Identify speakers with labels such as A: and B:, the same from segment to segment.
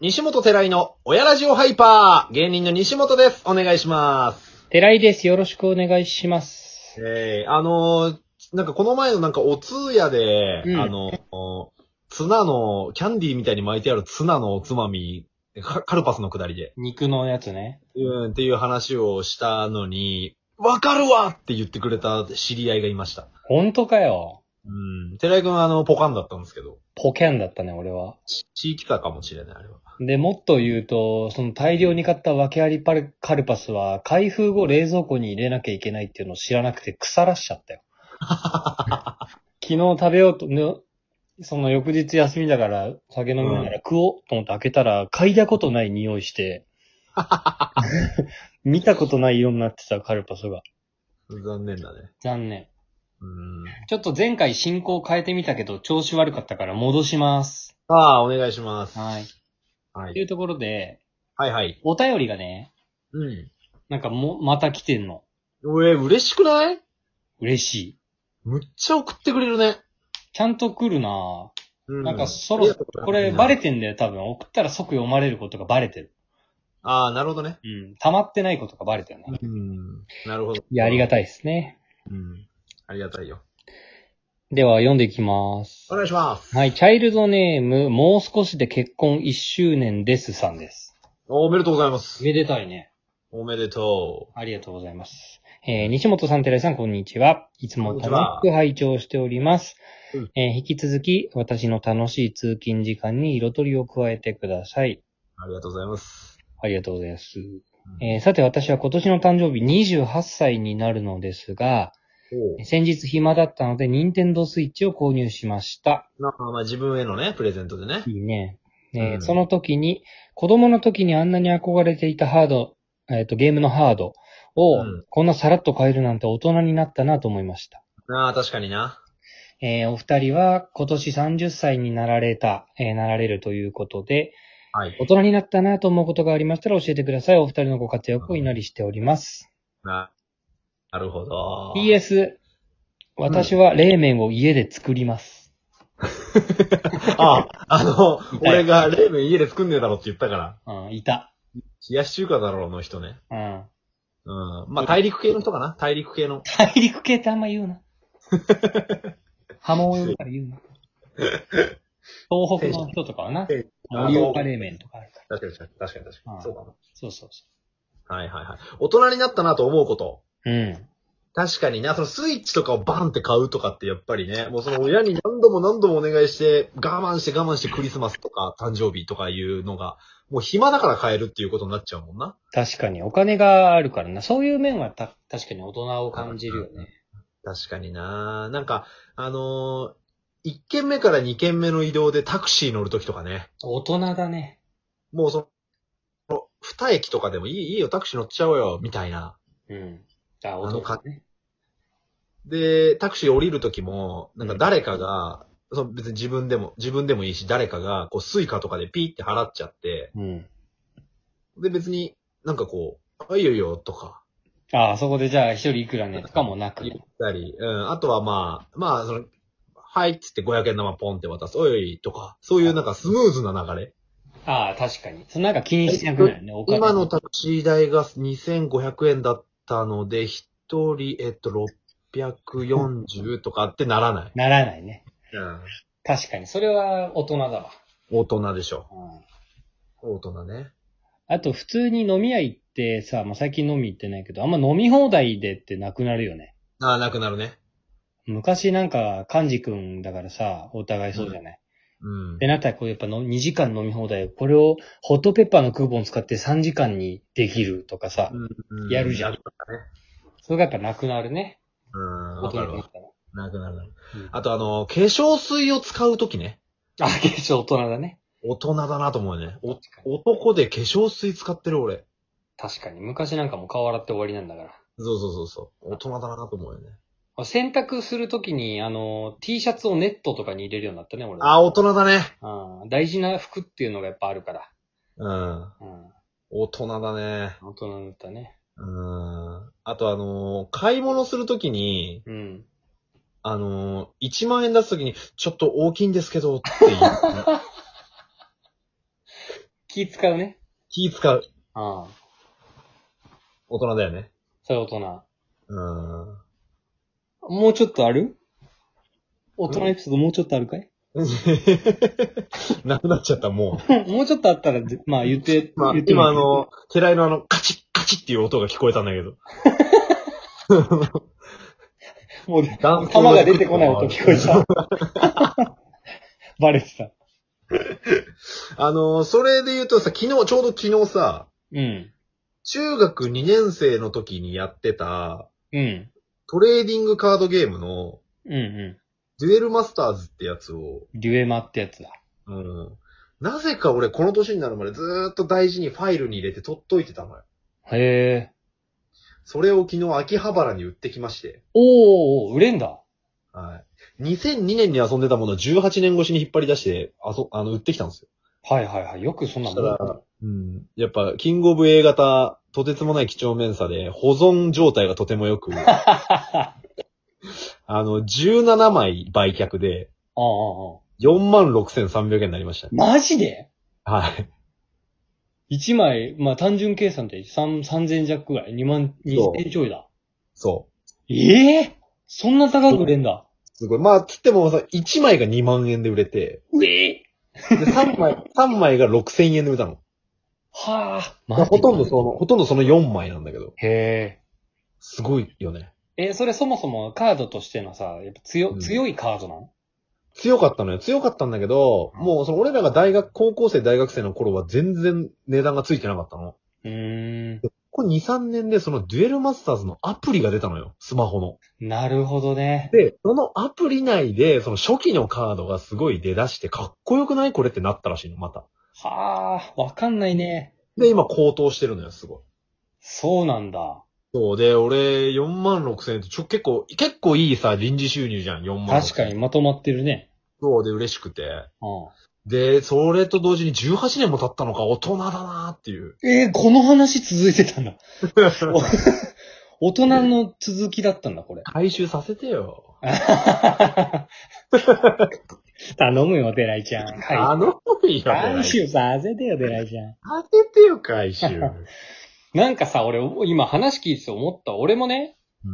A: 西本寺井の親ラジオハイパー、芸人の西本です。お願いします。
B: 寺井です。よろしくお願いします。
A: えー、あのーなんかこの前のなんかお通夜で、
B: うん
A: あのーツナの、キャンディーみたいに巻いてあるツナのおつまみ、カカルパスのくだりで、
B: 肉のやつね。
A: うん、っていう話をしたのに、わかるわって言ってくれた知り合いがいました。
B: ほんとかよ。
A: うん、寺井くんはあの、ポカンだったんですけど、
B: ポケンだったね、俺は。
A: 地域差かもしれない、あれは。
B: で、もっと言うと、その大量に買った訳ありパルカルパスは、開封後冷蔵庫に入れなきゃいけないっていうのを知らなくて腐らしちゃ ったよ。昨日食べようと、ね、その翌日休みだから、酒飲みながら食おうと思って開けたら、嗅いだことない匂い して、見たことない色になってたカルパスが。
A: 残念だね。
B: 残念。
A: うん。
B: ちょっと前回進行変えてみたけど、調子悪かったから戻します。
A: ああ、お願いします。
B: はい。
A: は
B: と
A: い。
B: いうところで、
A: はいはい。
B: お便りがね、
A: うん。
B: なんかも、また来てんの。
A: え、嬉しくない
B: 嬉しい。
A: むっちゃ送ってくれるね。
B: ちゃんと来るなぁ
A: う
B: なんかそろ、これバレてんだよ、多分。送ったら即読まれることがバレてる。
A: ああ、なるほどね。
B: うん。溜まってないことがバレてるね。
A: うん。なるほど。
B: いや、ありが
A: い。
B: たいですね。
A: うん。ありがたいよ。
B: では、読んでいきます。
A: お願いします。
B: はい、チャイルドネーム、もう少しで結婚1周年ですさんです。
A: おめでとうございます。
B: めでたいね。
A: おめでと
B: ありがとうございます。えー西本さん、寺井さん、こんにちは。いつも楽しく拝聴しております。
A: うん
B: えー引き続き、私の楽しい通勤時間に彩りを加えてください。
A: う。ありがとうございます。
B: ありがとうございます。えーさて、私は今年の誕生日28歳になるのですが、
A: おう
B: 先日暇だったので、任天堂スイッチを購入しました。
A: なんかまあ自分へのね、プレゼントでね。
B: いいね。えー
A: うん
B: その時に、子供の時にあんなに憧れていたハード、えっ、と、ゲームのハード
A: う
B: を、
A: ん
B: こんなさらっと買えるなんて大人になったなと思いました。
A: ああ、確かにな。
B: えーお二人は今年30歳になられた、えーなられるということで、
A: はい。
B: 大人になったなと思うことがありましたら教えてください。お二人のご活躍をお祈りしております。
A: な、なるほど。
B: PS、私は冷麺を家で作ります。
A: ああ、あの、
B: 痛い
A: 俺が冷麺家で作んねえだろって言ったから。
B: うん、いた。
A: 冷やし中華だろうの人ね。
B: うん。
A: うん。まあ大陸系の人かな大陸系の。
B: 大陸系ってあんま言う な。波紋を呼ぶから言うな。東北の人とかはな、盛岡冷麺とかあるから。
A: 確かに確かに確かに確か
B: う
A: に。
B: ん
A: そうかも。
B: そうそうそ
A: はいはいはい。大人になったなと思うこと。
B: う。うん。
A: 確かにな、そのスイッチとかをバンって買うとかってやっぱりね、もうその親に何度も何度もお願いして、我慢して我慢してクリスマスとか誕生日とかいうのが、もう暇だから買えるっていうことになっちゃうもんな。
B: 確かに、お金があるからな。そういう面はた確かに大人を感じるよね。
A: 確かにななんか、あのー、1軒目から2軒目の移動でタクシー乗るときとかね、
B: 大人だね。
A: もうその、二駅とかでもいいいいよ、タクシー乗っちゃおうよ、みたいな。
B: うん。あ、
A: の
B: 大人だね。
A: で、タクシー降りるときも、なんか誰かが、その別に自分でも、自分でもいいし、誰かが、こう、スイカとかでピーって払っちゃって、
B: うん。
A: で、別になんかこう、あ、いいよいいよ、とか、
B: あ、あそこでじゃあ一人いくらねとかもなく
A: 言。ったり、うん、あとはまあ、まあ、その、はいっつって500円玉ポンって渡す、おいおい、とか、そういうなんかスムーズな流れ。
B: ああ、確かに。そのなんか気にしなくなるよね、お金。
A: 今のタクシー代が2500円だったので、一人、えっと、640とかってならない。
B: ならないね。
A: うん。
B: 確かに。それは大人だわ。
A: 大人でしょ。
B: うん。
A: 大人ね。
B: あと、普通に飲み屋行ってさ、まあ、最近飲み行ってないけど、あんま飲み放題でってなくなるよね。
A: ああ、なくなるね。
B: 昔なんか、幹事くんだからさ、お互いそうじゃない。
A: うん
B: で、。なったらこうやっぱの2時間飲み放題、これをホットペッパーのクーポン使って3時間にできるとかさ、
A: うん
B: やるじゃん
A: なくなるね
B: それがやっぱなくなるね。
A: うん、
B: 大
A: わか
B: 人
A: る
B: にな
A: わ。
B: ったら。
A: なくなるな。
B: うん
A: あとあの、化粧水を使うときね。
B: あ、結構大人だね。
A: 大人だなと思うね。お
B: 確かに
A: 男で化粧水使ってる俺。
B: 確かに。昔なんかもう顔洗って終わりなんだから。
A: そうそうそうそう。大人だなと思うよね。
B: あ洗濯するときに、あの、T シャツをネットとかに入れるようになったね、俺。
A: あ、大人だね。
B: うん。大事な服っていうのがやっぱあるから。
A: うん。
B: うん。
A: 大人だね。
B: 大人だったね。
A: うん。あとあのー買い物するときに、
B: うん。
A: あのー、1万円出すときに、ちょっと大きいんですけど、って言う。
B: 気使うね。
A: 気使う。
B: ああ。
A: 大人だよね。
B: それ大人。
A: うーん。
B: もうちょっとある大人エピソードもうちょっとあるかい
A: なくなっちゃった、もう。
B: もうちょっとあったら、ぜまあ言って、
A: まあ、
B: 言っても
A: 今
B: い
A: あ
B: い
A: の、寺井のあの、カチッカチッっていう音が聞こえたんだけ ど。
B: もう、
A: 弾
B: 弾が出てこない音聞こえた。 バレてた。
A: あの、それで言うとさ、昨日、ちょうど昨日さ、
B: うん。
A: 中学2年生の時にやってた、
B: うん。
A: トレーディングカードゲームの、
B: うんう
A: デュエルマスターズってやつを、
B: ん。デュエマってやつだ。
A: うん。なぜか俺この年になるまでずーっと大事にファイルに入れて取っといてたのよ。
B: へえ。
A: それを昨日秋葉原に売ってきまして。
B: おーおー、売れんだ。
A: はい。2002年に遊んでたものを18年越しに引っ張り出して、あそ、あの、売ってきたんですよ。
B: はいはいはい。よくそんな
A: そした
B: もん。
A: ら、うん。やっぱ、キングオブ A 型、とてつもない貴重面差で、保存状態がとても良く、 あの、17枚売却で、
B: ああああ。
A: 46,300円になりました。
B: マジで
A: はい。
B: 一枚、まあ単純計算で三三千弱ぐらい。二万、二
A: そう
B: 千ちょいだ。
A: そう。
B: ええそんな高く売れんだ。
A: すごい。まあ、つってもさ、1枚が2万円で売れて、
B: うえ
A: で、3枚、三枚が6000円で売れたの。
B: はあ。
A: まあほとんど
B: う。
A: その、ほとんどその4枚なんだけど、
B: へ
A: すごいよね。
B: え。え、それそもそもカードとしてのさ、やっぱ強、
A: うん
B: 強いカードなの
A: 強かったのよ。強かったんだけど、もうその俺らが大学、高校生、大学生の頃は全然値段がついてなかったの。
B: うーん。
A: ここ2、3年でそのデュエルマスターズのアプリが出たのよ。スマホの。
B: なるほどね。
A: で、そのアプリ内で、その初期のカードがすごい出だして、かっこよくないこれってなったらしいの、また。
B: はあ、わかんないね。
A: で、今高騰してるのよ、すごい。
B: そうなんだ。
A: そう、で、俺、4万6千円って、ちょ、結構、結構いいさ、臨時収入じゃん、4万。
B: 確かに。まとまってるね。
A: そう、で、嬉しくて。
B: う
A: で、それと同時に18年も経ったのか、大人だなって いう。
B: ん。えー、この話続いてたんだ。お大人の続きだったんだ、これ。
A: 回収させてよ。
B: 頼むよ、デライちゃん。
A: あ
B: は
A: の、い
B: い。
A: や、
B: 回収させてよ、デライちゃん。
A: させてよ、回 収。
B: なんかさ、俺、今話聞いてて思った。俺もね、
A: うん。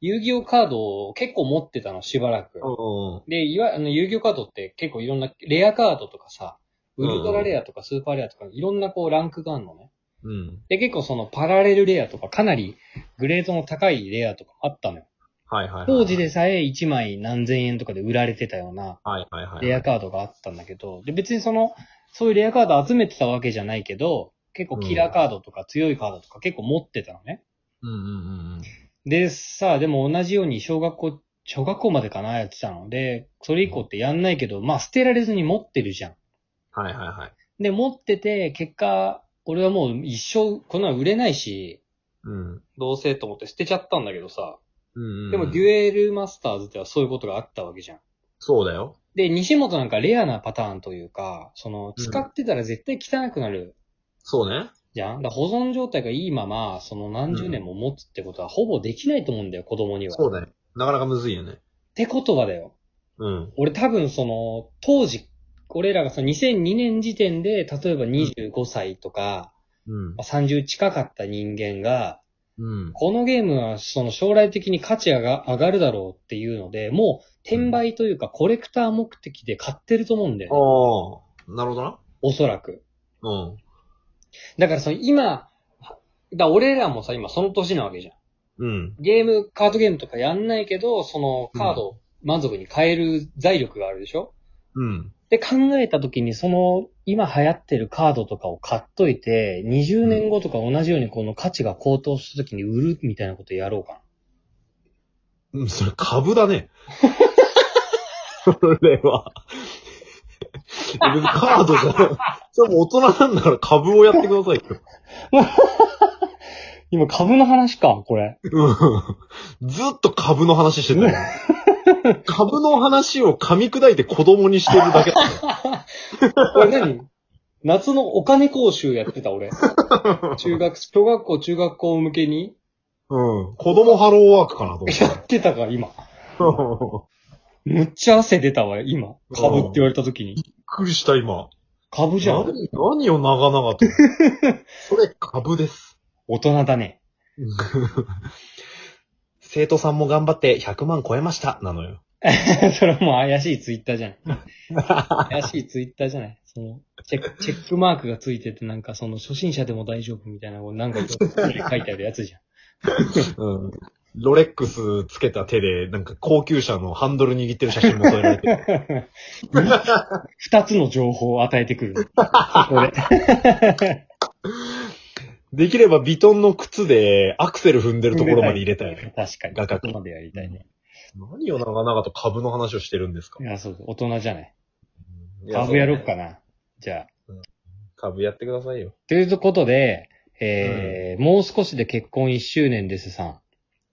B: 遊戯王カードを結構持ってたの、しばらく。
A: う
B: で、いわ、あの、遊戯王カードって結構いろんな、レアカードとかさ、ウルトラレアとかスーパーレアとか、いろんなこう、ランクがあるのね。
A: ん。うん。
B: で、結構そのパラレルレアとか、かなりグレードの高いレアとかあったのよ。
A: はいはいはい。
B: 当時で。さえ1枚何千円とかで売られてたような
A: はいはいはい。
B: レアカードがあったんだけど、で、別にその、そういうレアカード集めてたわけじゃないけど、結構キラーカードとか強いカードとか結構持ってたのね。
A: うんうんうんうん。
B: で、さあ、でも同じように小学校、小学校までかな、やってたので、それ以降ってやんないけど、まあ捨てられずに持ってるじゃん。
A: はいはいはい。
B: で、持ってて、結果、俺はもう一生、こんなの売れないし、
A: うん。
B: どうせと思って捨てちゃったんだけどさ、
A: うん、うん。
B: でもデュ
A: エ
B: エルマスターズではそういうことがあったわけじゃん。
A: そうだよ。
B: で、西本なんかレアなパターンというか、その、使ってたら絶対汚くなる
A: そうね。
B: じゃん、だから保存状態がいいまま、その何十年も持つってことはほぼできないと思うんだよ、子供には。
A: そうだよ。なかなかむずいよね。
B: ってことはだよ。
A: うん。
B: 俺多分その、当時、俺らがその2002年時点で、例えば25歳とか、
A: うん
B: ま。あ30近かった人間が、
A: うん。
B: このゲームはその将来的に価値が上がるだろうっていうので、もう転売というかコレクター目的で買ってると思うんだよ
A: ああ
B: ね、
A: なるほどな。
B: おそらく。
A: うん。
B: だからその今、だ俺らもさ、今その年なわけじゃん。
A: うん。
B: ゲーム、カードゲームとかやんないけど、そのカードを満足に買える財力があるでしょ、
A: うん。
B: で考えた時にその今流行ってるカードとかを買っといて、20年後とか同じようにこの価値が高騰した時に売るみたいなことやろうか
A: うん、それ株だね。 それは。別にカードじゃない。それも大人なんだから株をやってくださいよ。
B: な。今株の話か、これ。
A: うんずっと株の話してたよ。株の話を噛み砕いて子供にしてるだけだよ
B: これ何夏のお金講習やってた俺。中学、小学校、中学校向けに
A: うん。子供ハローワークかなと
B: やってたか、今。
A: 思って。
B: むっちゃ汗出たわ、今。株って言われた時に。
A: びっくりした今。
B: 株じゃん。
A: 何何を長々と。それ、株です。
B: 大人だね。
A: 生徒さんも頑張って100万超えました、なのよ。
B: それはもう怪しいツイッターじゃん。 怪しいツイッターじゃない。そのチェック、チェックマークがついてて、なんかその初心者でも大丈夫みたいな、なんか書いてあるやつじゃん。
A: うん。ロレックスつけた手で、なんか高級車のハンドル握ってる写真も添えら れてる。
B: 二つの情報を与えてくる。そこで。
A: できればビトンの靴でアクセル踏んでるところまで入れたいね。
B: 確かに。
A: 画角
B: そこまでやりたいね。
A: 何を長々と株の話をしてるんですか
B: いや、そう、大人じゃない。
A: い
B: 株やろっ
A: そうね
B: かな。じゃあ。
A: 株やってくださいよ。
B: ということで、えーもう少しで結婚1周年ですさん。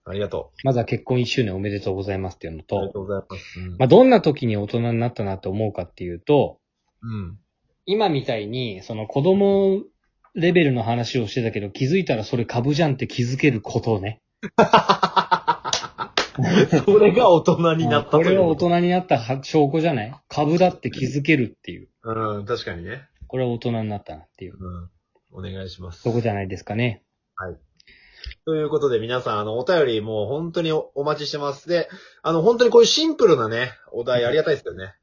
A: ありがと
B: まずは結婚1周年おめでとうございますっていうの
A: う。ありが
B: と、
A: とうございます。うん
B: まあ、どんな時に大人になったなって思うかっていうと、
A: うん。
B: 今みたいに、その子供レベルの話をしてたけど、気づいたらそれ株じゃんって気づけることをね。
A: それが大人になった
B: ことれ
A: いう
B: は大人になった証拠じゃない株だって気づけるっていう。
A: うん、確かにね。
B: これは大人になったなっていう。
A: うん。お願いします。
B: そこじゃないですかね。
A: ということで皆さん、あの、お便りもう本当におお待ちしてます。で、あの、本当にこういうシンプルなね、お題ありがたいですよね。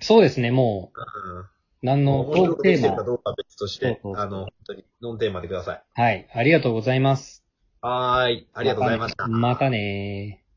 B: そうですね、も
A: うん。
B: う、何の
A: 面白
B: ト
A: く
B: ーク
A: で
B: テ
A: きてる
B: ー
A: か
B: マ。
A: どうかは別として、
B: そうそう
A: あの、本当にノンテーマでください。
B: はい、ありがとうございます。
A: はーい。ありがとうございました。
B: またねー。